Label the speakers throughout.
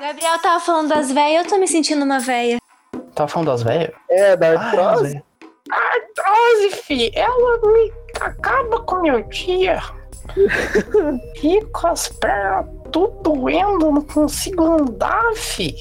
Speaker 1: Gabriel tava falando das véias, eu tô me sentindo uma véia.
Speaker 2: Tava falando das velhas?
Speaker 3: É, da
Speaker 2: Ah, é,
Speaker 3: artrose.
Speaker 2: velho.
Speaker 4: A dose, fi, ela me acaba com meu dia. Fico com as pernas tudo doendo, não consigo andar, fi.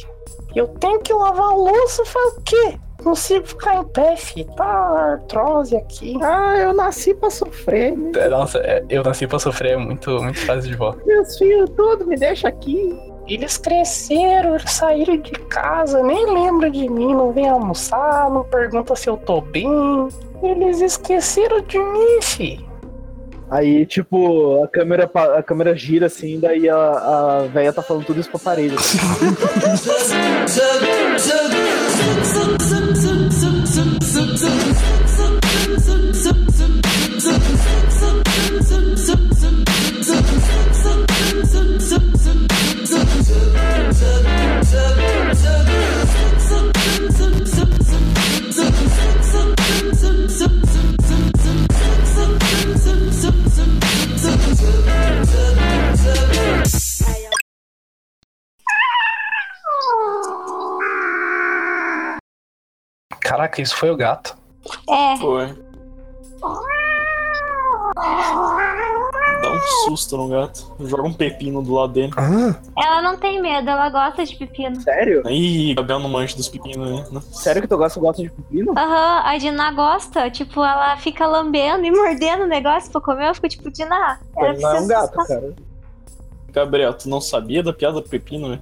Speaker 4: Eu tenho que lavar a louça, faz o quê? Não Consigo ficar em pé, fi. Tá artrose aqui.
Speaker 3: ah, eu nasci pra sofrer, né?
Speaker 2: Nossa, é, eu nasci pra sofrer, é muito, muito fácil de vó.
Speaker 3: Meus filhos todos me deixam aqui.
Speaker 4: Eles cresceram, eles saíram de casa, nem lembram de mim, não vem almoçar, não pergunta se eu tô bem. Eles esqueceram de mim, fi.
Speaker 3: Aí, tipo, a câmera, pa- a câmera gira assim, daí a, a véia tá falando tudo isso pra parede.
Speaker 2: Caraca, isso foi o gato.
Speaker 1: É,
Speaker 5: Foi. Dá um susto no gato. Joga um pepino do lado dele.
Speaker 2: Ah,
Speaker 1: ela não tem medo, ela gosta de pepino.
Speaker 3: Sério?
Speaker 5: Ih, Gabriel não mancha dos pepinos, né?
Speaker 3: Sério que tu gosta, gosta de pepino?
Speaker 1: Aham, a Dinah gosta, tipo, ela fica lambendo e mordendo o negócio pra comer, eu fico tipo, Dinah, ela
Speaker 3: Não é um
Speaker 1: precisa...
Speaker 3: gato, cara.
Speaker 5: Gabriel, tu não sabia da piada do pepino, né?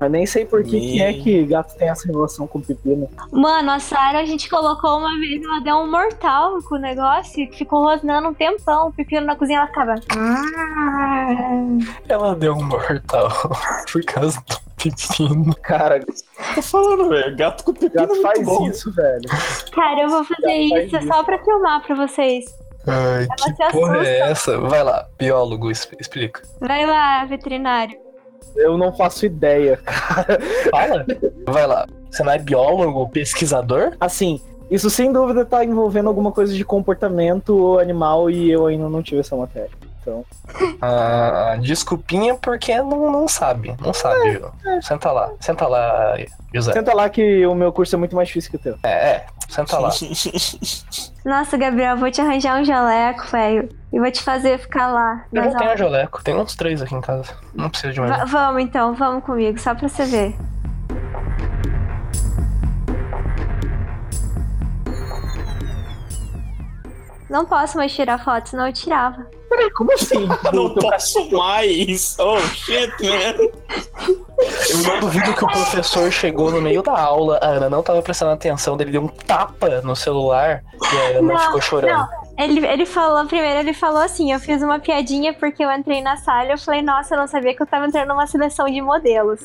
Speaker 3: Eu nem sei por que, que é
Speaker 5: Nem.
Speaker 3: que gato tem essa relação com pepino.
Speaker 1: Mano, a Sarah a gente colocou uma vez, ela deu um mortal com o negócio, que ficou rosnando um tempão, o pepino na cozinha, ela ficava... "Ah,
Speaker 2: ela deu um mortal por causa do pepino.
Speaker 3: Cara,
Speaker 5: Tô falando, velho. Gato com pepino
Speaker 3: gato
Speaker 5: é
Speaker 3: faz
Speaker 5: muito bom.
Speaker 3: isso, velho.
Speaker 1: Cara, eu vou fazer
Speaker 3: faz
Speaker 1: isso é
Speaker 3: isso.
Speaker 1: só pra filmar pra vocês.
Speaker 2: Ai,
Speaker 1: Ela se
Speaker 2: que porra
Speaker 1: assusta.
Speaker 2: é essa? Vai lá, biólogo, es- explica.
Speaker 1: Vai lá, veterinário.
Speaker 3: Eu não faço ideia.
Speaker 2: Fala. Vai lá. Você não é biólogo, pesquisador?
Speaker 3: Assim, isso sem dúvida tá envolvendo alguma coisa de comportamento animal e eu ainda não tive essa matéria.
Speaker 2: Ah, desculpinha porque não, não sabe. Não sabe, Ju. Senta lá. Senta lá, José.
Speaker 3: Senta lá que o meu curso é muito mais difícil que o teu.
Speaker 2: Senta lá.
Speaker 1: Nossa, Gabriel, vou te arranjar um jaleco, velho. E vou te fazer ficar lá.
Speaker 2: Eu
Speaker 1: nas
Speaker 2: já tenho jaleco. Tem uns três aqui em casa. Não precisa de mais.
Speaker 1: Va- vamos então, vamos comigo, só pra você ver. Não posso mais tirar foto, senão eu tirava.
Speaker 3: Peraí, como assim?
Speaker 5: Não posso mais. Oh, shit, man.
Speaker 2: Eu não duvido que o professor chegou no meio da aula, a Ana não tava prestando atenção, dele deu um tapa no celular e a Ana
Speaker 1: Não,
Speaker 2: ficou chorando.
Speaker 1: Ele, ele falou, primeiro ele falou assim, eu fiz uma piadinha porque eu entrei na sala e eu falei, nossa, eu não sabia que eu tava entrando numa seleção de modelos.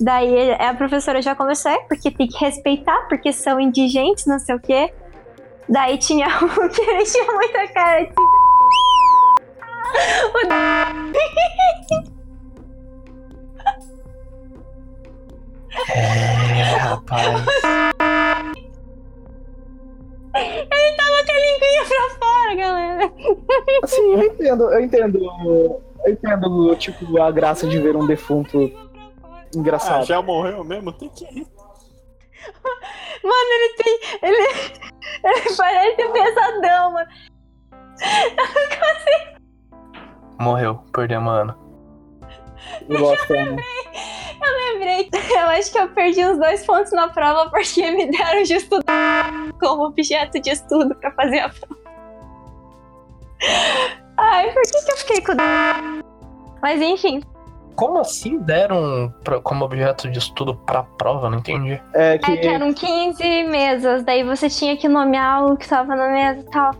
Speaker 1: Daí ele- a professora já começou, é, porque tem que respeitar, porque são indigentes, não sei o quê. Daí tinha um que ele tinha muita cara de...
Speaker 2: É, rapaz.
Speaker 1: Ele tava com a linguinha pra fora, galera.
Speaker 3: Assim, eu entendo, eu entendo. Eu entendo, tipo, a graça de ver um defunto
Speaker 5: Ah,
Speaker 3: engraçado.
Speaker 5: já morreu mesmo? Tem que ir.
Speaker 1: Mano, ele tem. Ele, ele parece um pesadão, mano.
Speaker 2: Morreu, perdemos a Ana.
Speaker 3: Eu gosto, né?
Speaker 1: Eu lembrei. Eu acho que eu perdi uns dois pontos na prova porque me deram de estudar como objeto de estudo pra fazer a prova. Ai, por que, que eu fiquei com. Mas enfim,
Speaker 2: Como assim deram pra- como objeto de estudo pra prova? Não entendi.
Speaker 3: É
Speaker 1: é que
Speaker 3: que
Speaker 1: eram 15 mesas, daí você tinha que nomear o que tava na mesa e tal.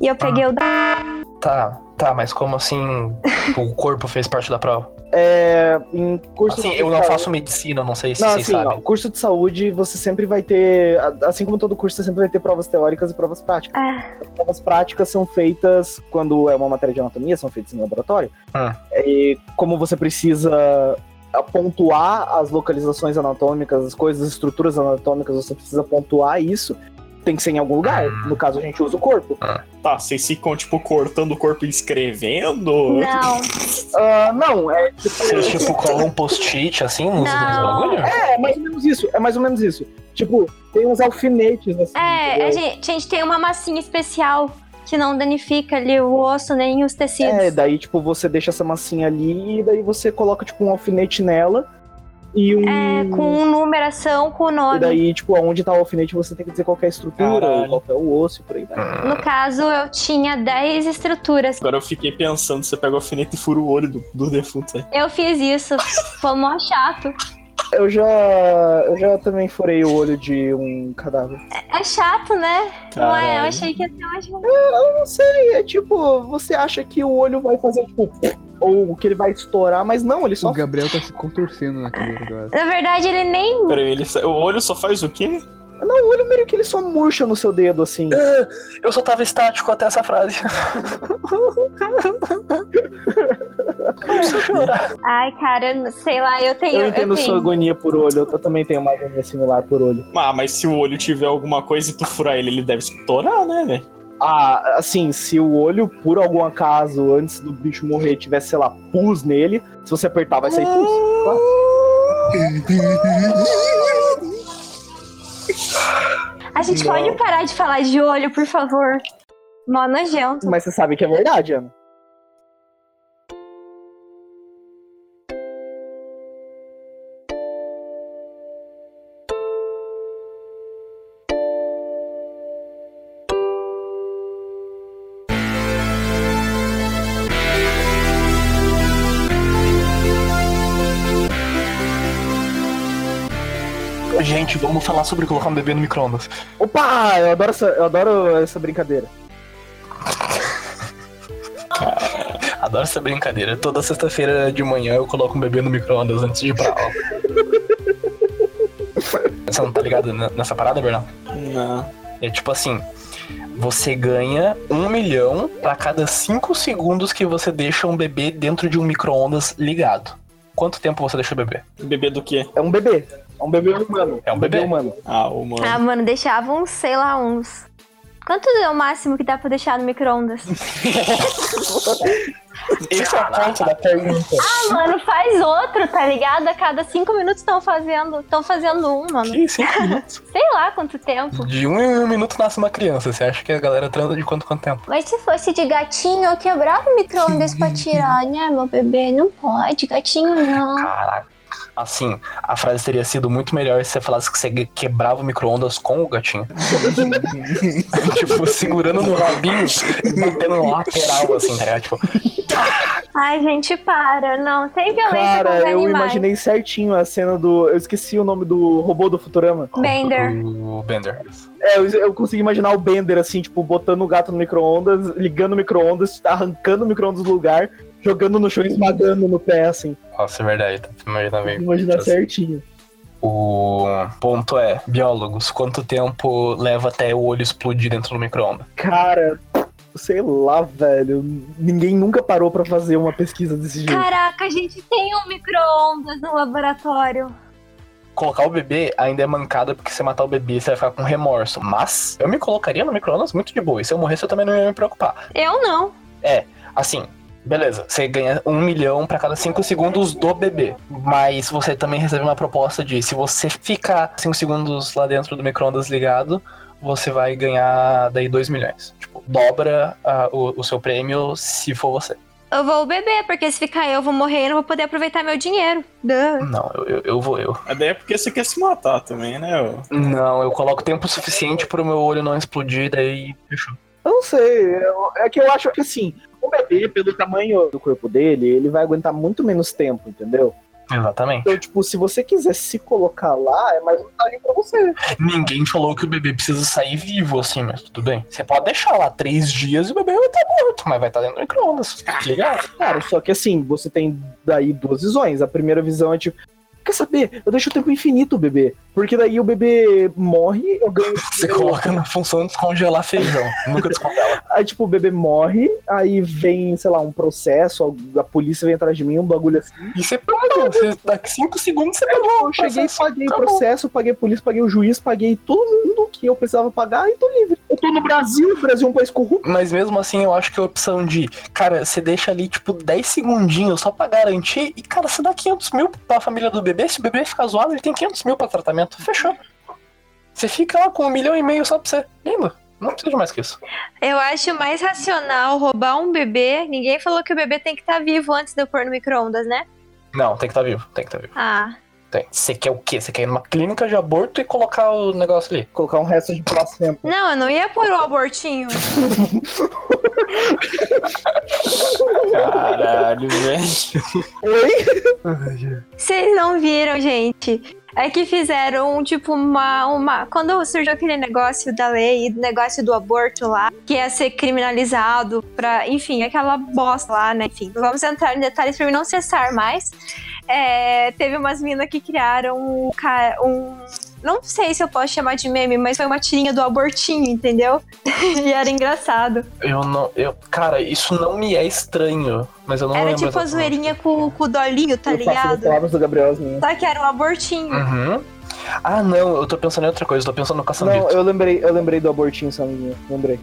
Speaker 1: E eu peguei o da.
Speaker 2: Tá, tá, mas como assim o corpo fez parte da prova?
Speaker 3: é, em curso
Speaker 2: Assim,
Speaker 3: de
Speaker 2: eu não
Speaker 3: saúde-
Speaker 2: faço medicina, não sei se
Speaker 3: Não,
Speaker 2: vocês
Speaker 3: assim, ó,
Speaker 2: sabem.
Speaker 3: curso de saúde você sempre vai ter, a- assim como todo curso, você sempre vai ter provas teóricas e provas práticas.
Speaker 1: Ah,
Speaker 3: As provas práticas são feitas quando é uma matéria de anatomia, são feitas em laboratório.
Speaker 2: Ah.
Speaker 3: E como você precisa pontuar as localizações anatômicas, as coisas, as estruturas anatômicas, você precisa pontuar isso. tem que ser em algum lugar. No caso, a gente usa o corpo.
Speaker 5: Tá, vocês ficam, tipo, cortando o corpo e escrevendo?
Speaker 1: Não,
Speaker 3: Ah, não, é
Speaker 2: Vocês, tipo, colam um post-it assim nos, nos
Speaker 1: Não.
Speaker 2: bagulhos?
Speaker 3: É, mais ou menos isso. É mais ou menos isso. Tipo, tem uns alfinetes assim.
Speaker 1: é, a
Speaker 3: entendeu?
Speaker 1: gente, a gente tem uma massinha especial que não danifica ali o osso nem os tecidos.
Speaker 3: É, daí, tipo, você deixa essa massinha ali e daí você coloca, tipo, um alfinete nela e um.
Speaker 1: É, com numeração, com
Speaker 3: E
Speaker 1: nome.
Speaker 3: daí, tipo, aonde tá o alfinete você tem que dizer qual que é a estrutura,
Speaker 5: Caralho.
Speaker 3: ou qual que é o osso, e por aí vai.
Speaker 1: No caso, eu tinha 10 estruturas.
Speaker 5: Agora eu fiquei pensando, você pega o alfinete e fura o olho do, do defunto. né?
Speaker 1: Eu fiz isso. Foi mó chato.
Speaker 3: Eu já. Eu já também furei o olho de um cadáver.
Speaker 1: É chato, né? Não é? Eu
Speaker 5: Caralho.
Speaker 1: achei que ia ser mais chato.
Speaker 3: Não sei, é tipo, você acha que o olho vai fazer, tipo, ou que ele vai estourar, mas não, ele
Speaker 6: O
Speaker 3: só.
Speaker 6: Gabriel tá se contorcendo na cadeira agora.
Speaker 1: Na verdade, ele nem.
Speaker 5: Peraí, ele, sa- o olho só faz o quê?
Speaker 3: Não, o olho meio que ele só murcha no seu dedo, assim.
Speaker 2: Eu só tava estático até essa frase.
Speaker 1: Ai, cara, eu não- sei lá, eu tenho.
Speaker 3: Eu entendo
Speaker 1: tenho.
Speaker 3: sua agonia por olho, eu também tenho uma agonia similar por olho.
Speaker 5: Ah, mas se o olho tiver alguma coisa e tu furar ele, ele deve estourar, né, velho?
Speaker 3: Ah, assim, se o olho, por algum acaso, antes do bicho morrer, tivesse, sei lá, pus nele, se você apertar, vai sair pus.
Speaker 1: A gente pode parar de falar de olho, por favor. Mó nojento.
Speaker 3: Mas você sabe que é verdade, Ana.
Speaker 2: Gente, vamos falar sobre colocar um bebê no micro-ondas.
Speaker 3: Opa, eu adoro essa, eu adoro essa brincadeira.
Speaker 2: Adoro essa brincadeira. Toda sexta-feira de manhã eu coloco um bebê no micro-ondas antes de ir pra aula. Você não tá ligado ne- nessa parada, Bernardo?
Speaker 5: Não.
Speaker 2: É tipo assim, você ganha um milhão pra cada cinco segundos que você deixa um bebê dentro de um micro-ondas ligado. Quanto tempo você deixa o bebê?
Speaker 5: Bebê do quê?
Speaker 3: É um bebê. É um bebê humano.
Speaker 2: É um bebê.
Speaker 3: humano.
Speaker 5: Ah, o mano.
Speaker 1: Ah, mano, deixava uns, sei lá, uns. Quanto é o máximo que dá pra deixar no micro-ondas?
Speaker 2: Esse é o ponto da pergunta.
Speaker 1: Ah, mano, faz outro, tá ligado? A cada cinco minutos estão fazendo. Estão fazendo um, mano.
Speaker 2: Que cinco minutos?
Speaker 1: Sei lá quanto tempo.
Speaker 2: De um em um minuto nasce uma criança. Você acha que a galera transa de quanto quanto tempo?
Speaker 7: Mas se fosse de gatinho, eu quebrava o micro-ondas pra tirar, né, meu bebê? Não pode, gatinho não.
Speaker 2: Caraca. Assim, a frase teria sido muito melhor se você falasse que você quebrava o micro-ondas com o gatinho. tipo, segurando no rabinho e mantendo lateral, assim, tá ligado? Tipo,
Speaker 1: Ai, gente, para. Não, tem violência com os
Speaker 3: Cara, eu
Speaker 1: animais.
Speaker 3: imaginei certinho a cena do. Eu esqueci o nome do robô do Futurama.
Speaker 1: Bender.
Speaker 2: o Bender.
Speaker 3: É, eu, eu consegui imaginar o Bender, assim, tipo, botando o gato no micro-ondas, ligando o micro-ondas, arrancando o micro-ondas do lugar, jogando no chão e esmagando no pé, assim.
Speaker 2: Nossa, é verdade. Tá imaginando bem.
Speaker 3: Imaginar certinho.
Speaker 2: O ponto é, biólogos, quanto tempo leva até o olho explodir dentro do micro-ondas?
Speaker 3: Cara, sei lá, velho. Ninguém nunca parou pra fazer uma pesquisa desse jeito.
Speaker 1: Caraca, a gente tem um micro-ondas no laboratório.
Speaker 2: Colocar o bebê ainda é mancada, porque se matar o bebê, você vai ficar com remorso. Mas eu me colocaria no micro-ondas muito de boa. E se eu morresse, eu também não ia me preocupar.
Speaker 1: Eu não.
Speaker 2: Assim, beleza, você ganha um milhão pra cada cinco segundos do bebê. Mas você também recebe uma proposta de se você ficar cinco segundos lá dentro do micro-ondas ligado, você vai ganhar daí dois milhões. Tipo, dobra ah, o- o seu prêmio se for você.
Speaker 1: Eu vou beber, porque se ficar eu, eu vou morrer e não vou poder aproveitar meu dinheiro. Duh.
Speaker 2: Não, eu, eu, eu vou eu.
Speaker 5: Mas daí é porque você quer se matar também, né? ô?
Speaker 2: Não, eu coloco tempo suficiente pro meu olho não explodir, daí fechou.
Speaker 3: Eu não sei, eu- é que eu acho que assim, o bebê, pelo tamanho do corpo dele, ele vai aguentar muito menos tempo, entendeu?
Speaker 2: Exatamente.
Speaker 3: Então, tipo, se você quiser se colocar lá, é mais vantagem pra você.
Speaker 2: Ninguém falou que o bebê precisa sair vivo, assim, mas tudo bem. Você pode deixar lá três dias e o bebê vai estar morto, mas vai estar dentro do micro-ondas,
Speaker 3: Ah.
Speaker 2: tá ligado?
Speaker 3: Claro, só que assim, você tem daí duas visões. A primeira visão é tipo, quer saber? Eu deixo o tempo infinito o bebê. Porque daí o bebê morre, eu ganho.
Speaker 2: Você coloca na função de descongelar feijão. Nunca descongela.
Speaker 3: Aí, tipo, o bebê morre, aí vem, sei lá, um processo, algo- a polícia vem atrás de mim, um bagulho assim.
Speaker 2: E você perdeu. Você, daqui cinco segundos você pegou.
Speaker 3: Eu cheguei, paguei o
Speaker 2: Tá bom.
Speaker 3: processo, paguei a polícia, paguei o juiz, paguei todo mundo. que eu precisava pagar e tô livre. Eu tô no Brasil, o Brasil é um país corrupto.
Speaker 2: Mas mesmo assim, eu acho que a opção de, cara, você deixa ali, tipo, 10 segundinhos só pra garantir. E, cara, você dá 500 mil pra família do bebê. Se o bebê ficar zoado, ele tem 500 mil pra tratamento. Fechou. Você fica lá com um milhão e meio só pra você. Lindo. Não precisa de mais que isso.
Speaker 1: Eu acho mais racional roubar um bebê. Ninguém falou que o bebê tem que estar vivo antes de eu pôr no micro-ondas, né?
Speaker 2: Não, tem que estar vivo. Tem que estar vivo.
Speaker 1: Ah,
Speaker 2: Tem. Você quer o quê? Você quer ir numa clínica de aborto e colocar o negócio ali?
Speaker 3: Colocar um resto de placenta.
Speaker 1: não, eu não ia pôr o abortinho.
Speaker 5: Caralho, velho.
Speaker 3: Oi?
Speaker 1: Vocês não viram, gente? É que fizeram, um, tipo, uma, uma. Quando surgiu aquele negócio da lei e do negócio do aborto lá, que ia ser criminalizado pra. Enfim, aquela bosta lá, né? Enfim, não vamos entrar em detalhes pra eu não cessar mais. É, teve umas minas que criaram um, ca- um. Não sei se eu posso chamar de meme, mas foi uma tirinha do abortinho, entendeu? e era engraçado.
Speaker 2: Eu não. Eu, cara, isso não me é estranho. Mas eu não
Speaker 1: era
Speaker 2: lembro.
Speaker 1: tipo a
Speaker 2: exatamente.
Speaker 1: zoeirinha com, com o dolinho, tá
Speaker 3: eu faço as
Speaker 1: ligado?
Speaker 3: palavras do Gabriel as minhas.
Speaker 1: Só que era um abortinho.
Speaker 2: Uhum. Ah, não, eu tô pensando em outra coisa. Eu tô pensando no caçambito.
Speaker 3: Não, eu lembrei, eu lembrei do abortinho, Saminha. Lembrei.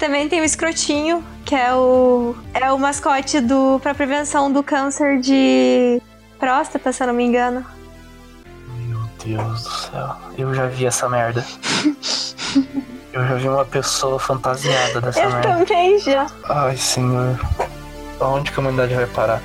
Speaker 1: Também tem o escrotinho, que é o é o mascote do para prevenção do câncer de próstata, se eu não me engano.
Speaker 2: Meu Deus do céu. Eu já vi essa merda. Eu já vi uma pessoa fantasiada dessa
Speaker 1: Eu
Speaker 2: merda.
Speaker 1: também já.
Speaker 2: Ai, senhor. Aonde que a humanidade vai parar?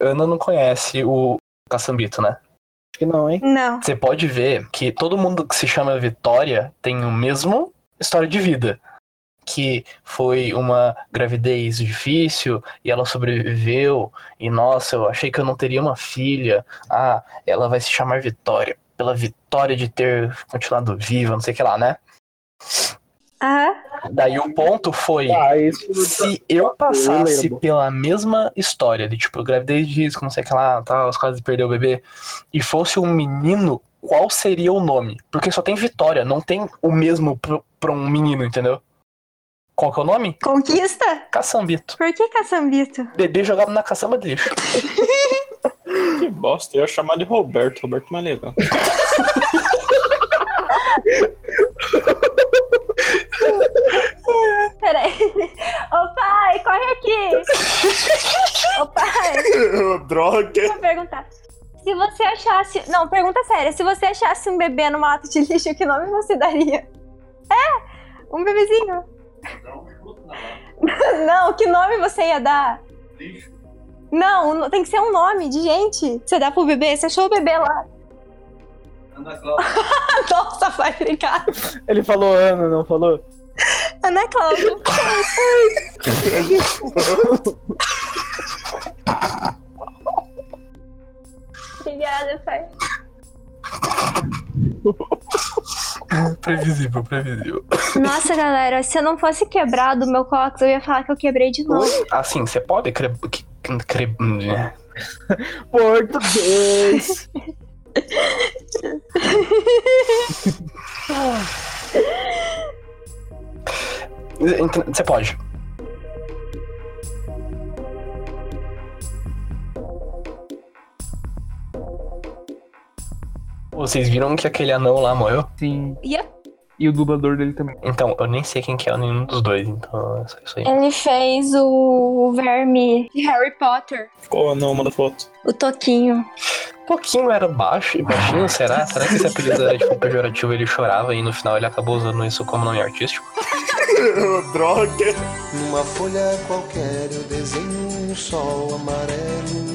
Speaker 2: Ana não conhece o caçambito, né?
Speaker 3: Acho que não, hein?
Speaker 1: Não.
Speaker 2: Você pode ver que todo mundo que se chama Vitória tem o mesmo história de vida. Que foi uma gravidez difícil e ela sobreviveu. E nossa, eu achei que eu não teria uma filha. Ah, ela vai se chamar Vitória. Pela vitória de ter continuado viva, não sei o que lá, né?
Speaker 1: Aham.
Speaker 2: Daí o ponto foi.
Speaker 3: Ah, isso.
Speaker 2: Se eu passasse
Speaker 3: lembro.
Speaker 2: pela mesma história de tipo, gravidez de risco, não sei o que lá, tal, os quase perdeu o bebê, e fosse um menino, qual seria o nome? Porque só tem Vitória, não tem o mesmo pro- pra um menino, entendeu? Qual que é o nome?
Speaker 1: Conquista?
Speaker 2: Caçambito.
Speaker 1: Por que caçambito?
Speaker 2: Bebê jogado na caçamba de lixo.
Speaker 5: Que bosta. Eu ia chamar de Roberto. Roberto é mais legal.
Speaker 1: Peraí. Ô pai, corre aqui. Ô pai,
Speaker 5: Droga.
Speaker 1: deixa eu perguntar. Se você achasse. Não, pergunta séria. Se você achasse um bebê numa lata de lixo, que nome você daria? É! Um bebezinho. Não, que nome você ia dar? Não, no- tem que ser um nome de gente. Você dá pro bebê, você achou o bebê lá. Nossa, vai brincar.
Speaker 3: Ele falou Ana, não falou?
Speaker 1: Ana Cláudia. Obrigada, pai.
Speaker 2: Previsível, previsível.
Speaker 1: Nossa, galera, se eu não fosse quebrado o meu cóccix, eu ia falar que eu quebrei de novo.
Speaker 2: Assim, você pode cre... que- cre- né?
Speaker 3: Português!
Speaker 2: Ent- Você pode. Vocês viram que aquele anão lá morreu?
Speaker 6: Sim.
Speaker 1: Yep.
Speaker 6: E o dublador dele também.
Speaker 2: Então, eu nem sei quem que é nenhum dos dois, então é só isso aí.
Speaker 7: Ele fez o verme de Harry Potter.
Speaker 5: Qual é o nome da foto?
Speaker 7: O Toquinho.
Speaker 2: Um pouquinho era baixo, baixinho, será? Será que esse apelido era tipo pejorativo ele chorava e no final ele acabou usando isso como nome artístico?
Speaker 5: Droga.
Speaker 8: Numa folha qualquer eu desenho um sol amarelo.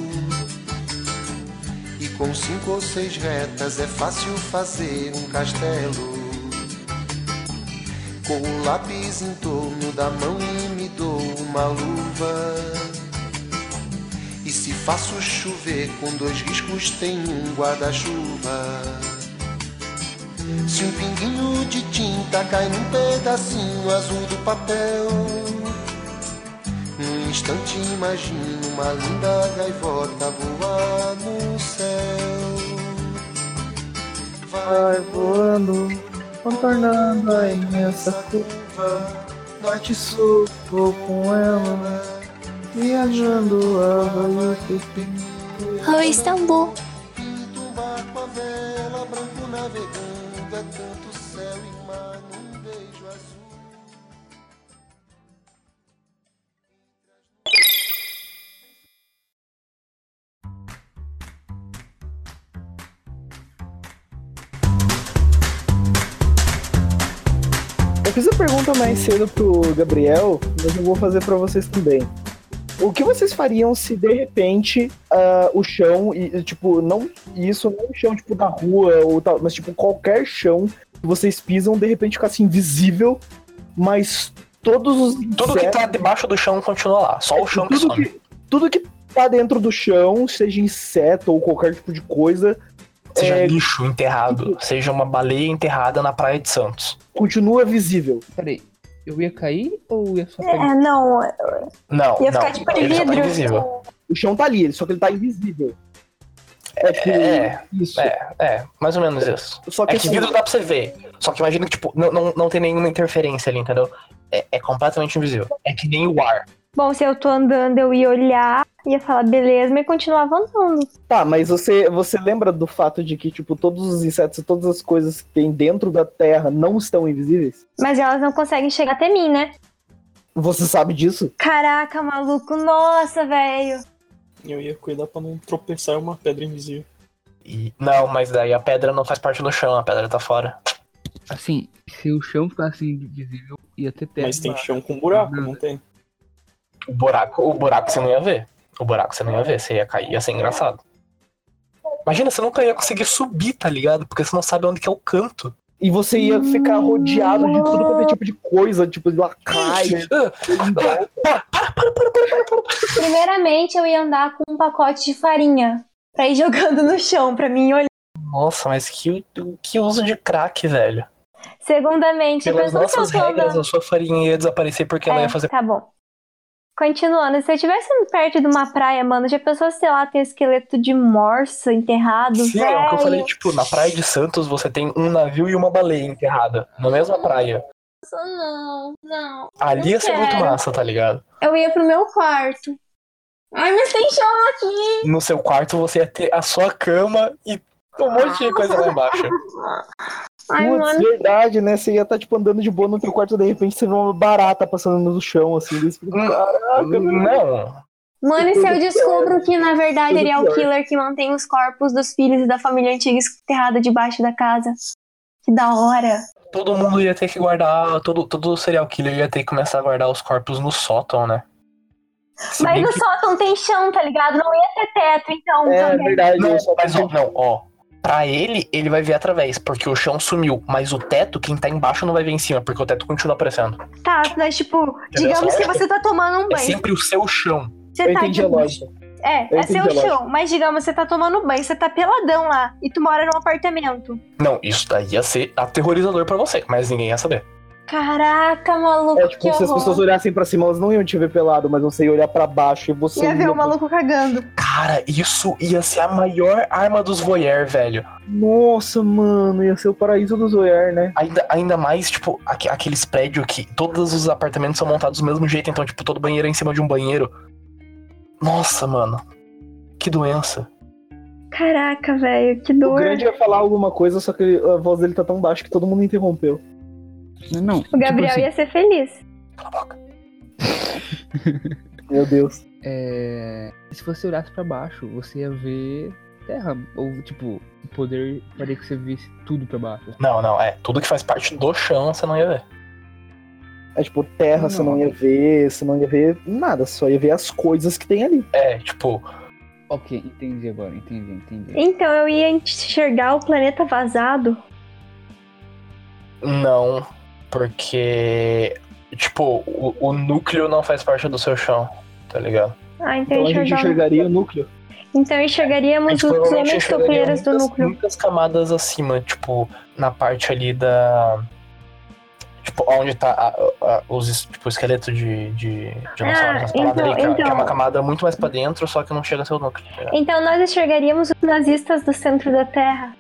Speaker 8: E com cinco ou seis retas é fácil fazer um castelo. Com o lápis em torno da mão e me dou uma luva. E se faço chover com dois riscos tem um guarda-chuva. Se um pinguinho de tinta cai num pedacinho azul do papel, num instante imagino uma linda gaivota voar no céu.
Speaker 3: vai voando, contornando a imensa
Speaker 8: curva
Speaker 3: norte e sul. Vou com ela, viajando a Hawaii.
Speaker 7: Oh, Istambul.
Speaker 8: Pinto um barco a vela, branco navegando. É tanto céu e mar num beijo azul.
Speaker 3: Eu fiz a pergunta mais cedo pro Gabriel, mas eu vou fazer pra vocês também. O que vocês fariam se de repente ah, o chão, e, e, tipo, não isso, não o chão tipo da rua ou tal, mas tipo qualquer chão que vocês pisam de repente ficasse invisível, mas todos os
Speaker 2: Tudo que
Speaker 3: insetos-
Speaker 2: tá debaixo do chão continua lá, só o chão que
Speaker 3: tudo
Speaker 2: some.
Speaker 3: que, tudo que tá dentro do chão, seja inseto ou qualquer tipo de coisa,
Speaker 2: Seja
Speaker 3: é-
Speaker 2: lixo enterrado, seja uma baleia enterrada na praia de Santos.
Speaker 3: continua visível.
Speaker 6: Peraí, eu ia cair ou ia só pegar?
Speaker 1: É, não,
Speaker 2: Não,
Speaker 1: ia
Speaker 2: não.
Speaker 1: ficar tipo de
Speaker 2: ele só tá
Speaker 1: vidro.
Speaker 2: invisível.
Speaker 3: O chão tá ali, ele- só que ele tá invisível. É, tipo,
Speaker 2: É,
Speaker 3: isso.
Speaker 2: é, é, mais ou menos isso.
Speaker 3: Só
Speaker 2: É
Speaker 3: que,
Speaker 2: que
Speaker 3: assim,
Speaker 2: vidro dá pra você ver. Só que imagina que, tipo, não, não, não tem nenhuma interferência ali, entendeu? É, é completamente invisível. É que nem o ar.
Speaker 1: Bom, se eu tô andando, eu ia olhar, ia falar beleza, mas continuar avançando.
Speaker 3: Tá, mas você, você lembra do fato de que, tipo, todos os insetos e todas as coisas que tem dentro da Terra não estão invisíveis?
Speaker 1: Mas elas não conseguem chegar até mim, né?
Speaker 3: Você sabe disso?
Speaker 1: Caraca, maluco, nossa, velho.
Speaker 5: Eu ia cuidar pra não tropeçar em uma pedra invisível.
Speaker 2: E- não, mas daí a pedra não faz parte do chão, a pedra tá fora.
Speaker 6: Assim, se o chão ficasse invisível, ia ter terra.
Speaker 5: Mas tem chão com
Speaker 1: Uhum.
Speaker 5: buraco, não tem?
Speaker 2: O buraco, o buraco você não ia ver. O buraco você não ia ver, você ia cair, ia ser engraçado. Imagina, você nunca ia conseguir subir, tá ligado? Porque você não sabe onde que é o canto.
Speaker 3: E você ia ficar
Speaker 1: Hum.
Speaker 3: rodeado de tudo quanto é tipo de coisa, tipo, de lacraia.
Speaker 2: Ah,
Speaker 1: Primeiramente, eu ia andar com um pacote de farinha pra ir jogando no chão, pra mim olhar.
Speaker 2: Nossa, mas que, que uso de crack, velho.
Speaker 1: Segundamente, eu
Speaker 2: Pelas
Speaker 1: penso que eu
Speaker 2: nossas
Speaker 1: tô
Speaker 2: regras,
Speaker 1: andando.
Speaker 2: a sua farinha ia desaparecer porque ela
Speaker 1: É,
Speaker 2: ia fazer.
Speaker 1: Tá bom. Continuando, se eu estivesse perto de uma praia, mano, já pensou, sei lá, tem um esqueleto de morso enterrado?
Speaker 2: Sim, é o que eu
Speaker 1: velho?
Speaker 2: falei, tipo, na praia de Santos você tem um navio e uma baleia enterrada. Na mesma praia.
Speaker 7: Nossa, não, não.
Speaker 2: Ali ia ser muito
Speaker 7: quero.
Speaker 2: massa, tá ligado?
Speaker 7: Eu ia pro meu quarto. Ai, mas tem chão aqui.
Speaker 2: No seu quarto você ia ter a sua cama e um monte de coisa lá embaixo.
Speaker 7: Ai,
Speaker 1: um
Speaker 3: Putz,
Speaker 7: mano.
Speaker 3: verdade, né? Você ia estar, tipo, andando de boa no teu quarto, de repente você vê uma barata passando no chão, assim. daí você fica, Caraca,
Speaker 2: Não.
Speaker 1: Mano, e se eu descubro que na verdade ele é o killer que mantém os corpos dos filhos e da família antiga enterrada debaixo da casa? Que da hora.
Speaker 2: Todo mundo ia ter que guardar. Todo, todo serial killer ia ter que começar a guardar os corpos no sótão, né? Se
Speaker 1: Mas
Speaker 2: bem
Speaker 1: no
Speaker 2: que-
Speaker 1: sótão tem chão, tá ligado? Não ia ter teto, então.
Speaker 3: é
Speaker 1: também.
Speaker 3: verdade.
Speaker 2: Não,
Speaker 3: eu um- só
Speaker 2: mas
Speaker 1: tá
Speaker 2: ó, um, não, ó. Pra ele, ele vai ver através, porque o chão sumiu. Mas o teto, quem tá embaixo não vai ver em cima, porque o teto continua aparecendo.
Speaker 1: Tá, mas tipo, digamos
Speaker 2: só?
Speaker 1: que você tá tomando um
Speaker 2: É
Speaker 1: banho.
Speaker 2: sempre o seu chão.
Speaker 1: Você
Speaker 3: Eu
Speaker 1: tá
Speaker 3: entendi a
Speaker 1: de-
Speaker 3: lógica.
Speaker 1: É,
Speaker 3: Eu
Speaker 1: é seu
Speaker 3: entendi a
Speaker 1: chão. Mas digamos, você tá tomando banho, você tá peladão lá e tu mora num apartamento.
Speaker 2: Não, isso daí ia ser aterrorizador pra você, mas ninguém ia saber.
Speaker 1: Caraca, maluco,
Speaker 3: É, tipo,
Speaker 1: que
Speaker 3: se as
Speaker 1: Tá horror.
Speaker 3: pessoas olhassem pra cima, elas não iam te ver pelado, mas você ia olhar pra baixo e você
Speaker 1: Ia ver o maluco cagando.
Speaker 2: Cara, isso ia ser a maior arma dos voyeur, velho.
Speaker 3: Nossa, mano, ia ser o paraíso dos olhar, né?
Speaker 2: Ainda, ainda mais, tipo, aque- aqueles prédios que todos os apartamentos são montados do mesmo jeito, então, tipo, todo banheiro é em cima de um banheiro. Nossa, mano. Que doença.
Speaker 1: Caraca, velho, que
Speaker 3: O
Speaker 1: dor.
Speaker 3: grande ia falar alguma coisa, só que a voz dele tá tão baixa que todo mundo interrompeu.
Speaker 6: Não, não.
Speaker 1: O Gabriel
Speaker 6: tipo assim,
Speaker 1: ia ser feliz.
Speaker 2: Cala a boca.
Speaker 3: Meu Deus.
Speaker 6: é, Se você olhasse pra baixo, você ia ver terra. Ou, tipo, o poder faria que você visse tudo pra baixo.
Speaker 2: Não, não, é. Tudo que faz parte do chão, você não ia ver.
Speaker 3: É tipo, terra, você não ia ver, você não ia ver nada, só ia ver as coisas que tem ali.
Speaker 2: É, tipo,
Speaker 6: Ok, entendi agora, entendi, entendi.
Speaker 1: Então eu ia enxergar o planeta vazado.
Speaker 2: não. Porque. Tipo, o, o núcleo não faz parte do seu chão, tá ligado?
Speaker 1: Ah, então,
Speaker 3: Então a
Speaker 1: eu
Speaker 3: gente
Speaker 1: enxergava-
Speaker 3: enxergaria o núcleo.
Speaker 1: Então
Speaker 2: A
Speaker 1: enxergaríamos
Speaker 2: gente
Speaker 1: os
Speaker 2: provavelmente
Speaker 1: homens
Speaker 2: enxergaria
Speaker 3: um
Speaker 1: topeiras do
Speaker 2: muitas-
Speaker 1: núcleo.
Speaker 2: Muitas camadas acima, tipo, na parte ali da. Tipo, onde tá a- a- os, es- tipo, o esqueleto de, de dinossauro,
Speaker 1: Ah,
Speaker 2: essas paradas
Speaker 1: então-
Speaker 2: ali, que, é- que é
Speaker 1: então.
Speaker 2: uma camada muito mais pra dentro, só que não chega a ser o núcleo. tá ligado?
Speaker 1: Então nós enxergaríamos os nazistas do centro da Terra.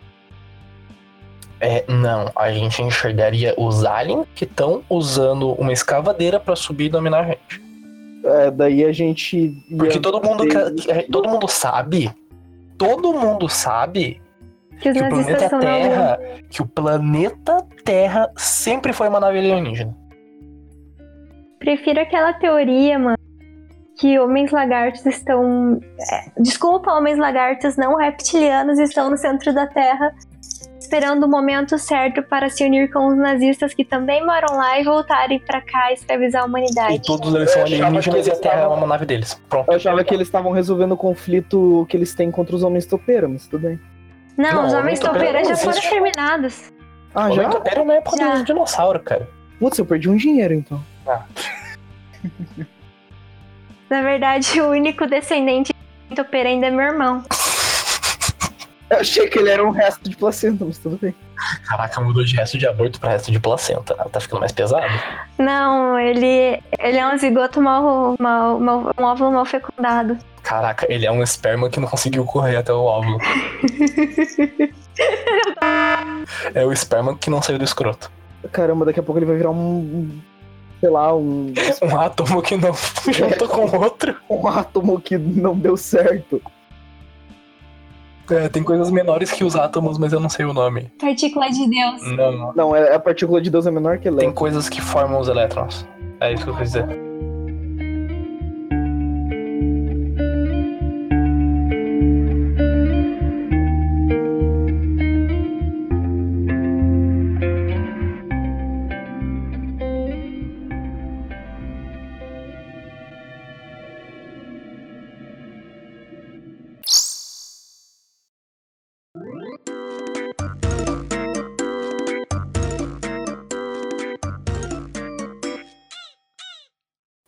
Speaker 2: É, não, a gente enxergaria os aliens que estão usando uma escavadeira pra subir e dominar a gente.
Speaker 3: É, daí a gente. ia-
Speaker 2: Porque todo mundo,
Speaker 3: Deus.
Speaker 2: ca- é, todo mundo sabe, todo mundo sabe
Speaker 1: Que os
Speaker 2: que o
Speaker 1: nazistas
Speaker 2: planeta
Speaker 1: são na lua.
Speaker 2: Terra, que o planeta Terra sempre foi uma nave alienígena.
Speaker 1: Prefiro aquela teoria, mano, que homens lagartos estão. é, Desculpa, homens lagartos não reptilianos estão no centro da Terra, esperando o momento certo para se unir com os nazistas que também moram lá e voltarem pra cá e escravizar a
Speaker 2: E
Speaker 1: humanidade.
Speaker 2: todos eles
Speaker 3: Eu
Speaker 2: são
Speaker 3: achava
Speaker 2: alienígenas
Speaker 3: que
Speaker 2: e a
Speaker 3: eles
Speaker 2: Terra é
Speaker 3: estavam-
Speaker 2: uma nave deles. Pronto.
Speaker 3: Eu achava que eles estavam resolvendo o conflito que eles têm contra os homens topeiros, mas tudo bem.
Speaker 1: Não,
Speaker 2: Não,
Speaker 1: os
Speaker 2: homens
Speaker 1: homens topeiras
Speaker 2: topeiras
Speaker 1: já
Speaker 2: não
Speaker 1: foram
Speaker 2: existe. é
Speaker 1: terminados.
Speaker 3: Ah,
Speaker 2: O
Speaker 3: já?
Speaker 2: Era na época
Speaker 1: Já.
Speaker 2: dos dinossauros, cara.
Speaker 3: Putz, eu perdi um dinheiro então.
Speaker 1: Na verdade, o único descendente de topeira ainda é meu irmão.
Speaker 3: Eu achei que ele era um resto de placenta, mas tudo bem.
Speaker 2: Caraca, mudou de resto de aborto pra resto de placenta. Tá ficando mais pesado.
Speaker 1: Não, ele, ele é um zigoto mal, mal, mal, um óvulo mal fecundado.
Speaker 2: Caraca, ele é um esperma que não conseguiu correr até o óvulo. é o esperma que não saiu do escroto.
Speaker 3: Caramba, daqui a pouco ele vai virar um. um- sei lá, um.
Speaker 2: Um átomo que não juntou com outro.
Speaker 3: um átomo que não deu certo.
Speaker 2: É, tem coisas menores que os átomos, mas eu não sei o nome.
Speaker 1: Partícula de Deus.
Speaker 2: Não,
Speaker 3: Não, é- a partícula de Deus é menor que
Speaker 2: tem
Speaker 3: elétron.
Speaker 2: coisas que formam os elétrons. É isso que eu quis dizer.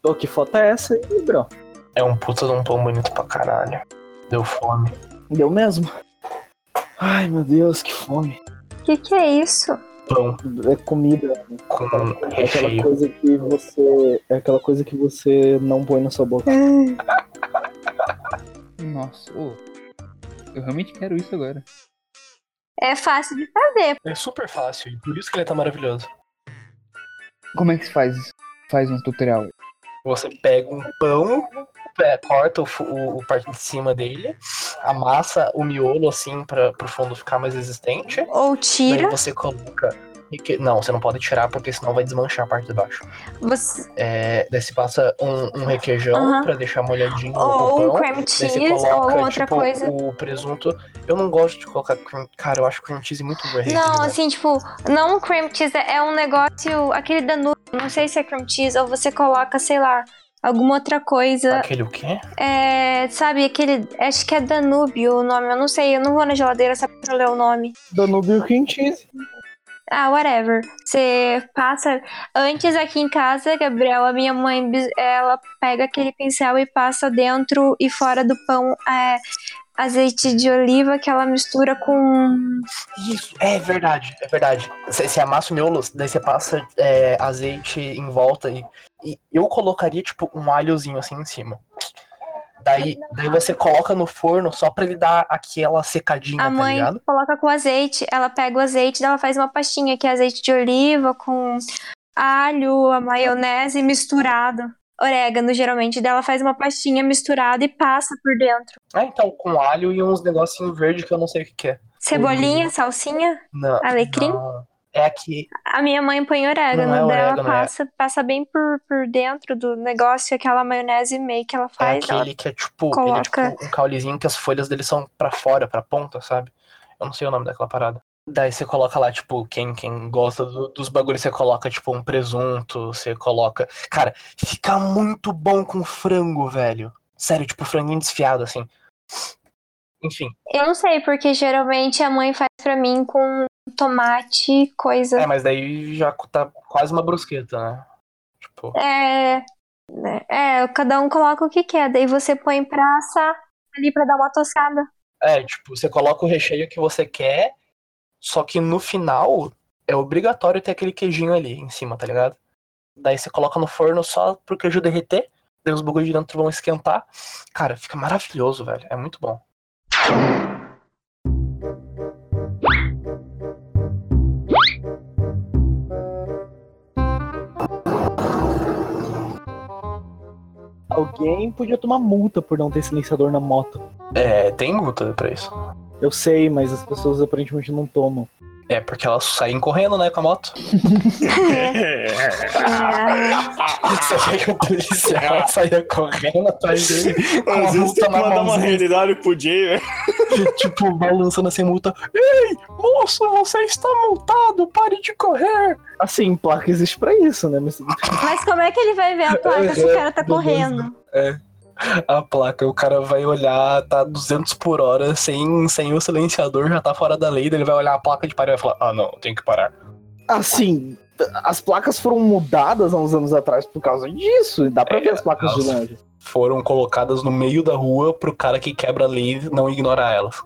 Speaker 3: Ô, que foto é essa aí, bro?
Speaker 2: É um puta de um pão bonito pra caralho. Deu fome.
Speaker 3: Deu mesmo. Ai, meu Deus, que fome.
Speaker 1: O que, que é isso?
Speaker 2: Pão
Speaker 3: É comida,
Speaker 2: com
Speaker 3: é aquela
Speaker 2: recheio.
Speaker 3: coisa que você. É aquela coisa que você não põe na sua boca.
Speaker 6: Nossa, ô. Eu realmente quero isso agora.
Speaker 1: É fácil de fazer.
Speaker 2: É super fácil, e por isso que ele tá maravilhoso.
Speaker 6: Como é que se faz isso? Faz um tutorial.
Speaker 2: Você pega um pão, é, corta o, fu- o- o parte de cima dele, amassa o miolo assim para pro fundo ficar mais resistente.
Speaker 1: Ou
Speaker 2: Daí
Speaker 1: tira.
Speaker 2: você coloca. e que- Não, você não pode tirar porque senão vai desmanchar a parte de baixo.
Speaker 1: Você...
Speaker 2: É, daí você passa um, um requeijão
Speaker 1: Aham.
Speaker 2: pra deixar molhadinho
Speaker 1: Ou
Speaker 2: o
Speaker 1: um
Speaker 2: pão.
Speaker 1: cream
Speaker 2: Daí você
Speaker 1: cheese,
Speaker 2: coloca
Speaker 1: ou outra
Speaker 2: tipo,
Speaker 1: coisa.
Speaker 2: o presunto. Eu não gosto de colocar cream... Cara, eu acho cream cheese muito né? vermelho.
Speaker 1: Não, assim, tipo, não um cream cheese, é um negócio, aquele danube, não sei se é cream cheese, ou você coloca, sei lá, alguma outra coisa,
Speaker 2: Aquele o quê?
Speaker 1: é, sabe, aquele, acho que é danúbio o nome, eu não sei, eu não vou na geladeira só pra ler o nome.
Speaker 3: Danúbio cream cheese.
Speaker 1: Ah, whatever. Você passa. Antes aqui em casa, Gabriel, a minha mãe, bis- ela pega aquele pincel e passa dentro e fora do pão é, azeite de oliva que ela mistura com.
Speaker 2: Isso, é verdade, é verdade. Você você amassa o miolo, daí você passa é, azeite em volta e, e eu colocaria tipo um alhozinho assim em cima. Daí, daí você coloca no forno só pra ele dar aquela secadinha,
Speaker 1: A
Speaker 2: tá
Speaker 1: mãe
Speaker 2: ligado?
Speaker 1: coloca com azeite, ela pega o azeite, daí ela faz uma pastinha que é azeite de oliva com alho, a maionese misturada. Orégano, geralmente, daí ela faz uma pastinha misturada e passa por dentro.
Speaker 2: Ah, então, com alho e uns negocinhos verdes que eu não sei o que, que é.
Speaker 1: Cebolinha, salsinha,
Speaker 2: Não.
Speaker 1: alecrim.
Speaker 2: não. É aqui.
Speaker 1: A minha mãe põe orégano,
Speaker 2: Não é
Speaker 1: daí ela
Speaker 2: orégano, é-
Speaker 1: passa, passa bem por, por dentro do negócio, aquela maionese meio que ela
Speaker 2: É
Speaker 1: faz. ela-
Speaker 2: aquele que é tipo. Ele é
Speaker 1: coloca-
Speaker 2: tipo um caulezinho que as folhas dele são pra fora, pra ponta, sabe? Eu não sei o nome daquela parada. Daí você coloca lá, tipo, quem, quem gosta do- dos bagulhos, você coloca, tipo, um presunto, você coloca. Cara, fica muito bom com frango, velho. Sério, tipo, franguinho desfiado, assim. Enfim.
Speaker 1: Eu não sei, porque geralmente a mãe faz pra mim com tomate, coisa.
Speaker 2: É, mas daí já tá quase uma brusqueta, né? Tipo.
Speaker 1: É, né, é, cada um coloca o que quer, daí você põe pra assar ali pra dar uma toscada.
Speaker 2: É, tipo, você coloca o recheio que você quer, só que no final é obrigatório ter aquele queijinho ali em cima, tá ligado? Daí você coloca no forno só pro queijo derreter, daí os bagulhos de dentro vão esquentar. Cara, fica maravilhoso, velho. É muito bom.
Speaker 3: alguém podia tomar multa por não ter silenciador na moto.
Speaker 2: É, tem multa pra isso.
Speaker 3: Eu sei, mas as pessoas aparentemente não tomam.
Speaker 2: É, porque elas saem correndo, né, com a moto.
Speaker 5: Ah.
Speaker 2: Você vê que o policial saia correndo atrás dele. Com a
Speaker 5: Às vezes
Speaker 2: multa
Speaker 5: tem que
Speaker 2: na
Speaker 5: mandar uma
Speaker 2: mãozinha,
Speaker 5: realidade pro Jay, velho.
Speaker 2: tipo, balançando sem multa. Ei, moço, você está multado, pare de correr.
Speaker 3: Assim, placa existe pra isso, né? Mas
Speaker 1: Mas como é que ele vai ver a placa
Speaker 2: é,
Speaker 1: se o cara tá correndo?
Speaker 2: A placa, o cara vai olhar, tá 200 por hora, sem, sem o silenciador, já tá fora da lei, daí ele vai olhar a placa de pare e vai falar, ah não, tem que parar.
Speaker 3: Assim, t- as placas foram mudadas há uns anos atrás por causa disso. E dá pra
Speaker 2: É,
Speaker 3: ver as placas de
Speaker 2: nossa.
Speaker 3: longe.
Speaker 2: Foram colocadas no meio da rua pro cara que quebra a lei não ignorar elas.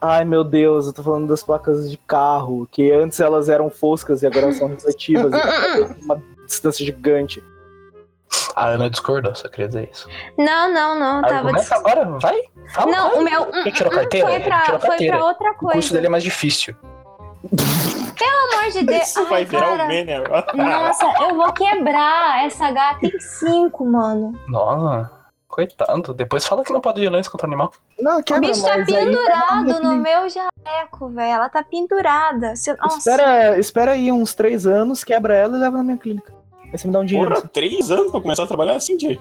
Speaker 3: Ai meu Deus, eu tô falando das placas de carro, que antes elas eram foscas e agora elas são refletivas. e dá
Speaker 5: Hum,
Speaker 3: pra ver uma distância gigante.
Speaker 2: A Ana discorda, só queria dizer isso.
Speaker 5: hum.
Speaker 1: Não, não, não.
Speaker 2: Aí
Speaker 1: Tava
Speaker 2: começa agora, vai. Fala,
Speaker 1: Não,
Speaker 2: vai.
Speaker 1: o meu. hum,
Speaker 2: Ele tirou
Speaker 1: hum,
Speaker 2: carteira?
Speaker 1: Foi
Speaker 2: Ele tirou
Speaker 1: pra, foi
Speaker 2: carteira.
Speaker 1: pra outra
Speaker 2: O curso
Speaker 1: coisa.
Speaker 2: dele é mais difícil.
Speaker 7: Pelo amor de Deus.
Speaker 5: Isso vai
Speaker 1: ah,
Speaker 7: Ai,
Speaker 5: virar um
Speaker 7: cara.
Speaker 5: o meme agora.
Speaker 7: Nossa, eu vou quebrar essa gata em cinco, mano.
Speaker 2: Nossa, coitado. Depois fala que não pode violência contra o animal.
Speaker 3: Não,
Speaker 7: O
Speaker 3: quebra
Speaker 7: bicho tá
Speaker 3: mas aí-
Speaker 7: pendurado no meu jaleco, velho. Ela tá pendurada. Se- Nossa.
Speaker 3: Espera, espera aí uns três anos, quebra ela e leva na minha clínica. Aí você me dá um dinheiro.
Speaker 5: Porra, três anos pra começar a trabalhar assim, Jay.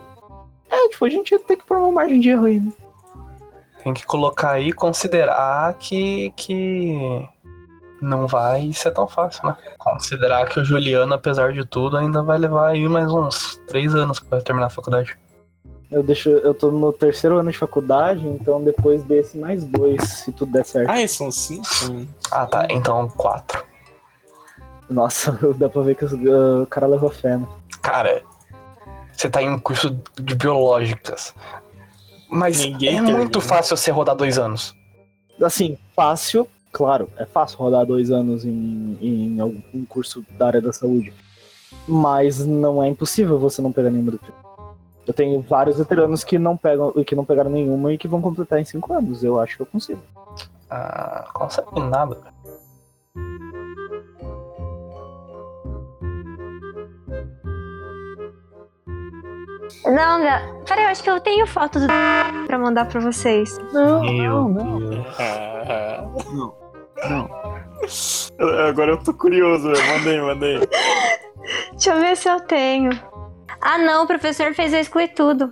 Speaker 3: É, tipo, a gente tem que pôr uma margem de erro aí. né?
Speaker 2: Tem que colocar aí e considerar que, que não vai ser tão fácil, né? Considerar que o Juliano, apesar de tudo, ainda vai levar aí mais uns três anos pra terminar a faculdade.
Speaker 3: Eu deixo, eu tô no terceiro ano de faculdade, então depois desse mais dois, se tudo der certo.
Speaker 5: Ah, são cinco? Hum.
Speaker 2: Ah, tá. Então, quatro.
Speaker 3: Nossa, dá pra ver que os- o cara leva fé, né?
Speaker 2: Cara, você tá em um curso de biológicas. Mas
Speaker 5: Ninguém
Speaker 2: é
Speaker 5: quer
Speaker 2: muito
Speaker 5: ver, né?
Speaker 2: fácil você rodar dois anos.
Speaker 3: Assim, fácil, claro, é fácil rodar dois anos em, em algum curso da área da saúde. Mas não é impossível você não pegar nenhuma do Eu tenho vários veteranos que não pegam que não pegaram nenhuma e que vão completar em cinco anos. Eu acho que eu consigo.
Speaker 2: Ah, consegue nada.
Speaker 1: Não, não. Peraí, eu acho que eu tenho foto do. pra mandar pra vocês.
Speaker 6: Não,
Speaker 2: Meu
Speaker 6: não, não.
Speaker 2: Deus.
Speaker 5: Ah,
Speaker 6: não.
Speaker 5: Agora eu tô curioso, velho. Mandei, mandei.
Speaker 1: Deixa eu ver se eu tenho. Ah, não, o professor fez eu excluir tudo.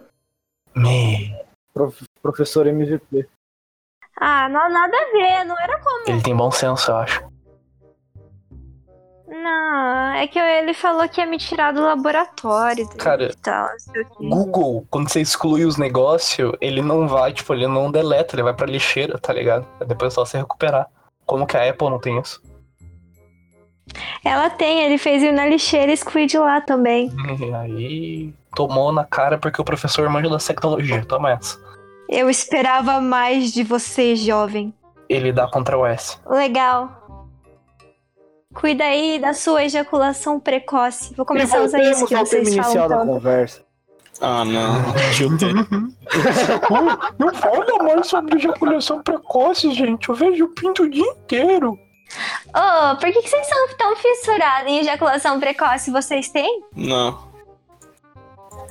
Speaker 2: Me-
Speaker 3: Prof- professor MVP.
Speaker 1: Ah, não, nada a ver, não era.
Speaker 2: Ele tem bom senso, eu acho.
Speaker 1: Não, é que ele falou que ia me tirar do laboratório. dele
Speaker 2: Cara,
Speaker 1: e tal, não sei o quê.
Speaker 2: Google, quando você exclui os negócios, ele não vai, tipo, ele não deleta, ele vai pra lixeira, tá ligado? Aí Depois é só se recuperar. Como que a Apple não tem isso?
Speaker 1: Ela tem, ele fez ir na lixeira e excluir de lá também.
Speaker 2: E Uhum. aí tomou na cara porque o professor manja da tecnologia, toma essa.
Speaker 1: Eu esperava mais de você, jovem.
Speaker 2: Ele dá contra o S.
Speaker 1: Legal. Cuida aí da sua ejaculação precoce. Vou começar a usar
Speaker 3: Voltemos
Speaker 1: isso que
Speaker 3: ao tema
Speaker 1: vocês
Speaker 3: inicial
Speaker 1: falam
Speaker 3: da
Speaker 1: tanto.
Speaker 3: conversa.
Speaker 5: Ah, não. Tiltei.
Speaker 2: Não fala mais sobre ejaculação precoce, gente. Eu vejo o pinto o dia inteiro.
Speaker 1: Ô, por que, que vocês são tão fissurados em ejaculação precoce? Vocês têm?
Speaker 5: Não.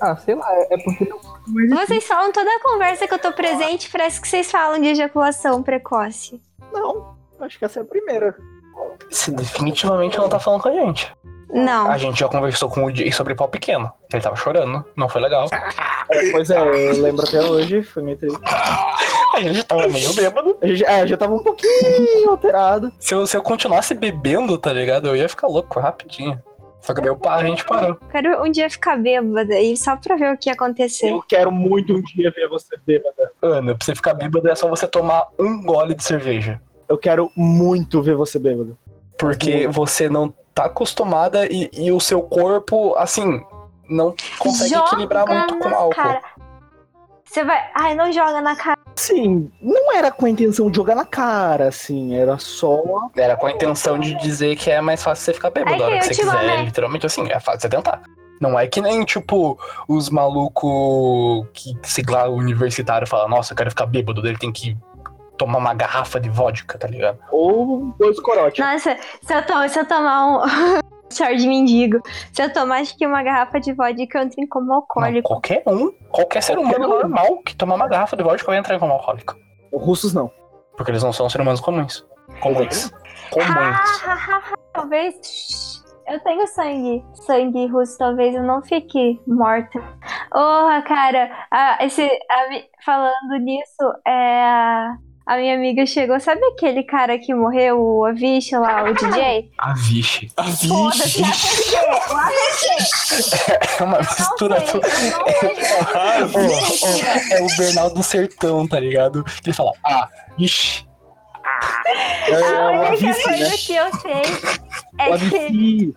Speaker 6: Ah, sei lá, é porque não.
Speaker 2: assim-
Speaker 1: Vocês falam toda a conversa que eu tô presente, parece que vocês falam de ejaculação precoce.
Speaker 3: Não, acho que essa é a primeira.
Speaker 2: Você definitivamente não tá falando com a gente.
Speaker 1: Não.
Speaker 2: Ah, A gente já conversou com o Jay sobre pau pequeno. Ele tava chorando, não foi legal.
Speaker 3: É, pois é, eu lembro até hoje, foi meio triste.
Speaker 2: A gente tava meio bêbado.
Speaker 3: A gente- É, já tava um pouquinho alterado.
Speaker 2: Se eu, se eu continuasse bebendo, tá ligado? Eu ia ficar louco rapidinho. Só que daí eu pa- a gente parou.
Speaker 1: Quero um dia ficar bêbada e só pra ver o que ia acontecer.
Speaker 3: Eu quero muito um dia ver você bêbada.
Speaker 2: Ana, pra você ficar bêbado é só você tomar um gole de cerveja.
Speaker 3: Eu quero muito ver você bêbada.
Speaker 2: Porque você não tá acostumada e, e o seu corpo, assim, não consegue
Speaker 1: Joga
Speaker 2: equilibrar muito com
Speaker 1: na
Speaker 2: álcool.
Speaker 1: cara. Você vai. Ai, não joga na cara.
Speaker 3: Sim, Assim, não era com a intenção de jogar na cara, assim, era só.
Speaker 2: Era com a intenção de dizer que é mais fácil você ficar
Speaker 1: É
Speaker 2: bêbado a
Speaker 1: que
Speaker 2: hora que
Speaker 1: eu
Speaker 2: você
Speaker 1: te
Speaker 2: quiser.
Speaker 1: mandei.
Speaker 2: Literalmente assim, é fácil você tentar. Não é que nem, tipo, os malucos que, sei lá, o universitário fala, nossa, eu quero ficar bêbado, daí ele tem que tomar uma garrafa de vodka, tá ligado?
Speaker 3: Ou dois corotes.
Speaker 1: Nossa, se eu, to- se eu tomar um.
Speaker 9: Short de mendigo. Se eu tomar, acho que uma garrafa de vodka eu entro em como
Speaker 2: Não,
Speaker 9: alcoólico.
Speaker 2: qualquer um, qualquer ser humano
Speaker 3: Qualquer um.
Speaker 2: normal que tomar uma garrafa de vodka vai entrar como alcoólico.
Speaker 3: Russos não.
Speaker 2: Porque eles não são seres humanos comuns. Comuns.
Speaker 3: Ah.
Speaker 2: Comuns.
Speaker 9: Talvez. Shhh, Eu tenho sangue. Sangue russo, talvez eu não fique morta. Porra, cara. a- esse, a mi- falando nisso, é, a- a minha amiga chegou. Sabe aquele cara que morreu, o Avish lá, o DJ?
Speaker 2: A vixe.
Speaker 5: Ah, vixe.
Speaker 2: É uma
Speaker 9: Não
Speaker 2: mistura.
Speaker 9: sei,
Speaker 2: do-
Speaker 9: eu não sei.
Speaker 5: Ah,
Speaker 2: Ô, ô, é o Bernal do Sertão, tá ligado? Que ele fala, ah, vixe.
Speaker 1: Ah,
Speaker 3: É
Speaker 9: A
Speaker 3: o
Speaker 9: única
Speaker 3: Avice,
Speaker 9: coisa
Speaker 3: né?
Speaker 9: que eu sei
Speaker 3: O
Speaker 9: é que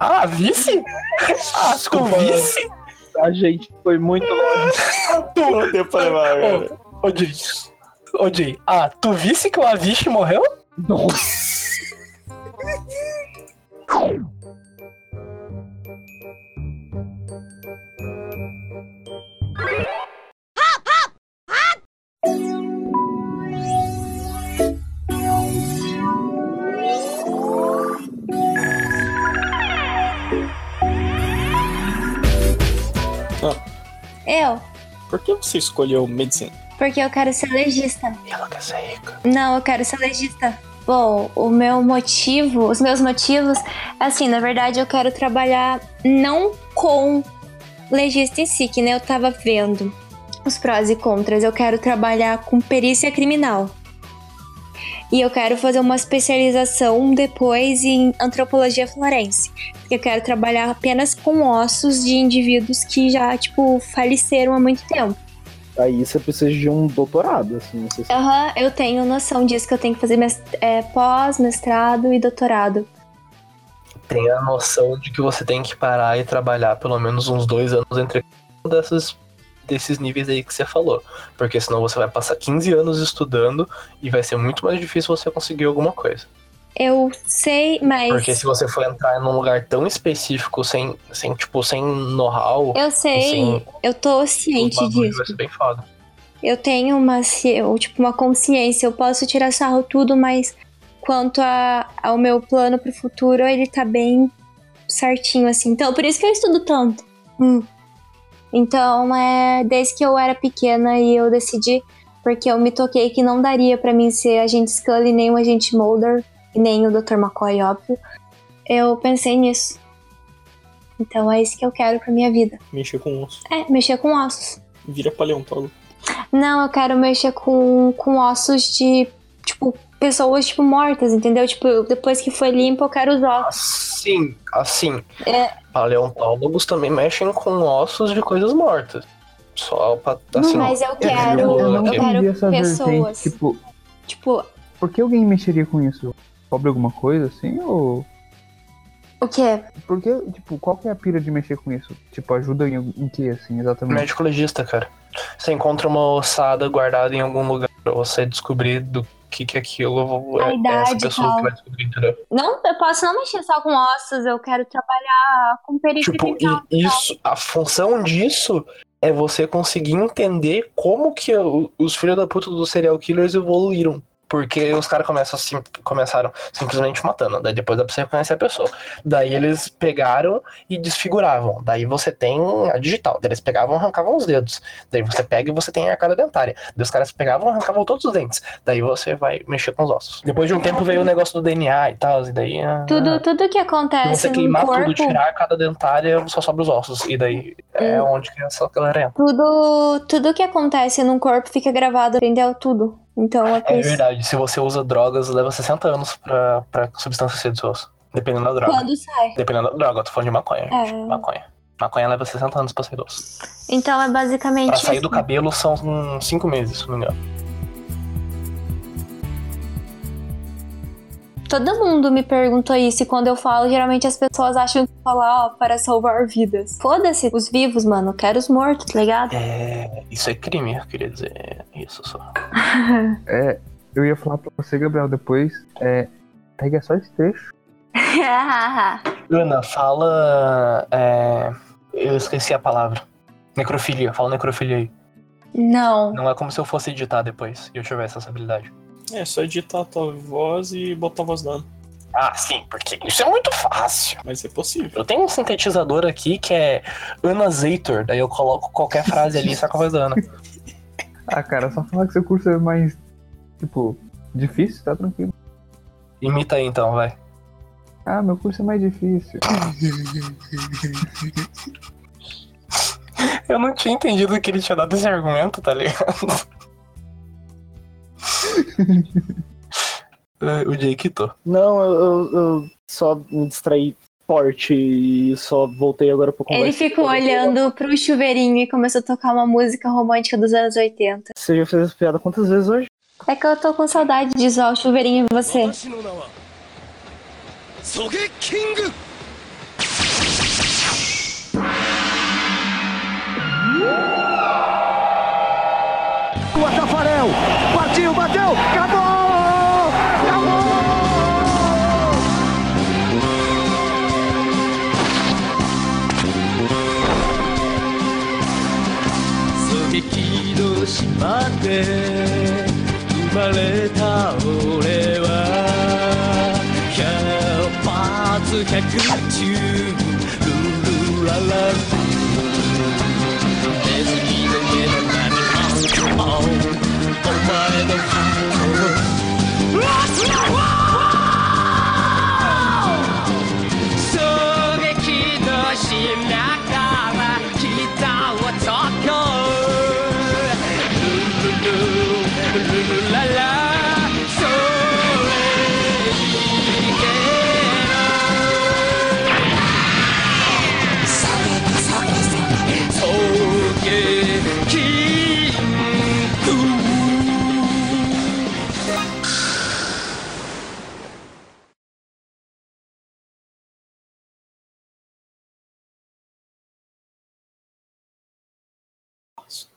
Speaker 3: Avice.
Speaker 2: Ah, vice? Ah, tu vice?
Speaker 3: A gente foi muito longe.
Speaker 5: não deu pra levar, cara.
Speaker 2: Ô, Jay. Ô, Jay. Ah, tu visse que o Aviche morreu?
Speaker 3: Nossa.
Speaker 1: Eu,
Speaker 5: Por que você escolheu medicina?
Speaker 1: porque eu quero ser legista.
Speaker 2: Ela quer ser rica.
Speaker 1: Não, eu quero ser legista. Bom, o meu motivo, os meus motivos, assim, na verdade eu quero trabalhar não com legista em si, que nem eu tava vendo os prós e contras. Eu quero trabalhar com perícia criminal. E eu quero fazer uma especialização depois em antropologia florense. Porque eu quero trabalhar apenas com ossos de indivíduos que já, tipo, faleceram há muito tempo.
Speaker 3: Aí você precisa de um doutorado, assim, não sei se...
Speaker 1: Aham, eu tenho noção disso que eu tenho que fazer mes- é, pós, mestrado e doutorado.
Speaker 2: Tem a noção de que você tem que parar e trabalhar pelo menos uns dois anos entre um dessas, desses níveis aí que você falou. Porque senão você vai passar 15 anos estudando e vai ser muito mais difícil você conseguir alguma coisa.
Speaker 1: Eu sei, mas.
Speaker 2: Porque se você for entrar num lugar tão específico, sem, sem tipo, sem know-how,
Speaker 1: Eu sei,
Speaker 2: Sim.
Speaker 1: eu tô
Speaker 2: assim, o
Speaker 1: ciente
Speaker 2: bagulho
Speaker 1: disso.
Speaker 2: vai ser bem foda.
Speaker 1: Eu tenho uma, ci- ou, tipo, uma consciência, eu posso tirar sarro tudo, mas quanto a- ao meu plano pro futuro, ele tá bem certinho, assim. Então, por isso que eu estudo tanto. Hum. Então, é, desde que eu era pequena e eu decidi, porque eu me toquei que não daria pra mim ser agente Scully, nem o agente Mulder, e nem o Dr. McCoy, óbvio. Eu pensei nisso. Então, é isso que eu quero pra minha vida.
Speaker 5: Mexer com osso.
Speaker 1: É, mexer com ossos.
Speaker 5: Vira paleontólogo.
Speaker 1: Não, eu quero mexer com, com ossos de, tipo, pessoas, tipo, mortas, entendeu? Tipo, depois que foi limpo, eu quero os ossos.
Speaker 2: Assim, assim.
Speaker 1: É.
Speaker 2: Paleontólogos também mexem com ossos de coisas mortas. Só pra. Assim,
Speaker 1: Mas eu quero, eu,
Speaker 2: Eu- eu não
Speaker 1: quero
Speaker 6: É, entendi essa
Speaker 1: pessoas.
Speaker 6: vertente, tipo,
Speaker 1: Tipo,
Speaker 6: por que alguém mexeria com isso? Cobre alguma coisa assim ou
Speaker 1: o quê?
Speaker 6: por que, tipo, qual que é a pira de mexer com isso? Tipo, ajuda em, em que assim, exatamente?
Speaker 2: médico legista, cara. Você encontra uma ossada guardada em algum lugar pra você descobrir do que que aquilo
Speaker 1: A
Speaker 2: é, é essa
Speaker 1: idade,
Speaker 2: pessoa
Speaker 1: tal.
Speaker 2: que vai descobrir, entendeu?
Speaker 1: Não, eu posso não mexer só com ossos, eu quero trabalhar com perícia
Speaker 2: Tipo,
Speaker 1: criminal.
Speaker 2: e isso, a função disso é você conseguir entender como que o- os filhos da puta dos serial killers evoluíram. Porque os caras começam sim- começaram simplesmente matando, daí depois dá pra você reconhecer a pessoa. Daí eles pegaram e desfiguravam. Daí você tem a digital. Daí eles pegavam e arrancavam os dedos. Daí você pega e você tem a arcada dentária. Daí os caras pegavam e arrancavam todos os dentes. Daí você vai mexer com os ossos. Depois de um tempo veio o negócio do DNA e tal. E daí. ah,
Speaker 1: Tudo, tudo que
Speaker 2: se
Speaker 1: acontece
Speaker 2: você
Speaker 1: no
Speaker 2: queimar tudo,
Speaker 1: É, assim, um corpo,
Speaker 2: tirar cada dentária, só sobra os ossos. E daí é
Speaker 1: Hum.
Speaker 2: onde que essa galera entra.
Speaker 1: tudo, tudo que acontece num corpo fica gravado, entendeu? Tudo. Então, é por
Speaker 2: É
Speaker 1: isso.
Speaker 2: verdade, se você usa drogas, leva 60 anos pra, pra substância ser do seu osso. Dependendo da droga.
Speaker 1: Quando sai.
Speaker 2: Dependendo da droga, eu tô falando de maconha. gente.
Speaker 1: É.
Speaker 2: Maconha. Maconha leva 60 anos pra sair do osso.
Speaker 1: Então, é basicamente
Speaker 2: Pra sair
Speaker 1: isso.
Speaker 2: do cabelo são 5 meses, se não me engano.
Speaker 1: Todo mundo me perguntou isso e quando eu falo, geralmente as pessoas acham que falar ó, para salvar vidas. Foda-se os vivos, mano. Eu quero os mortos, tá ligado?
Speaker 2: É, isso é crime, eu queria dizer isso só.
Speaker 6: É, eu ia falar pra você, Gabriel, depois, é, pega só esse trecho.
Speaker 2: Ana, fala. é, eu esqueci a palavra. Necrofilia, fala necrofilia aí.
Speaker 1: Não.
Speaker 2: Não é como se eu fosse editar depois e eu tivesse essa habilidade.
Speaker 10: É só editar a tua voz e botar a voz dando.
Speaker 2: Ah, sim, porque isso é muito fácil.
Speaker 10: Mas é possível.
Speaker 2: Eu tenho um sintetizador aqui que é Ana Zeitor, daí eu coloco qualquer frase ali e saco a voz da Ana.
Speaker 6: Ah, cara, só falar que seu curso é mais, tipo, difícil, tá tranquilo.
Speaker 2: Imita aí então, vai.
Speaker 6: Ah, meu curso é mais difícil.
Speaker 2: Eu não tinha entendido que ele tinha dado esse argumento, tá ligado? É, o Jake tô.
Speaker 3: Não, eu, eu- eu só me distraí forte e só voltei agora pra conversa.
Speaker 1: Ele ficou olhando pro chuveirinho e começou a tocar uma música romântica dos anos 80.
Speaker 3: Você já fez essa piada quantas vezes hoje?
Speaker 1: É que eu tô com saudade de zoar o chuveirinho em você.
Speaker 8: 私の名はソゲキング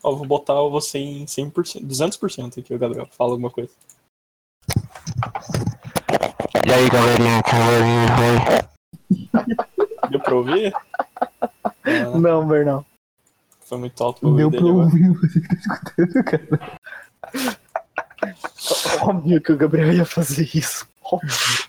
Speaker 10: Ó, vou botar você em 100%, 200% aqui, o Gabriel. Fala alguma coisa.
Speaker 2: E aí, galerinha, galerinha, vai.
Speaker 10: Deu pra ouvir? Ah,
Speaker 3: Não, Bernal.
Speaker 10: foi muito alto o
Speaker 6: Deu
Speaker 10: ouvido
Speaker 6: pra
Speaker 10: dele agora.
Speaker 6: ouvir você que tá escutando, cara.
Speaker 3: Óbvio que o Gabriel ia fazer isso. Óbvio.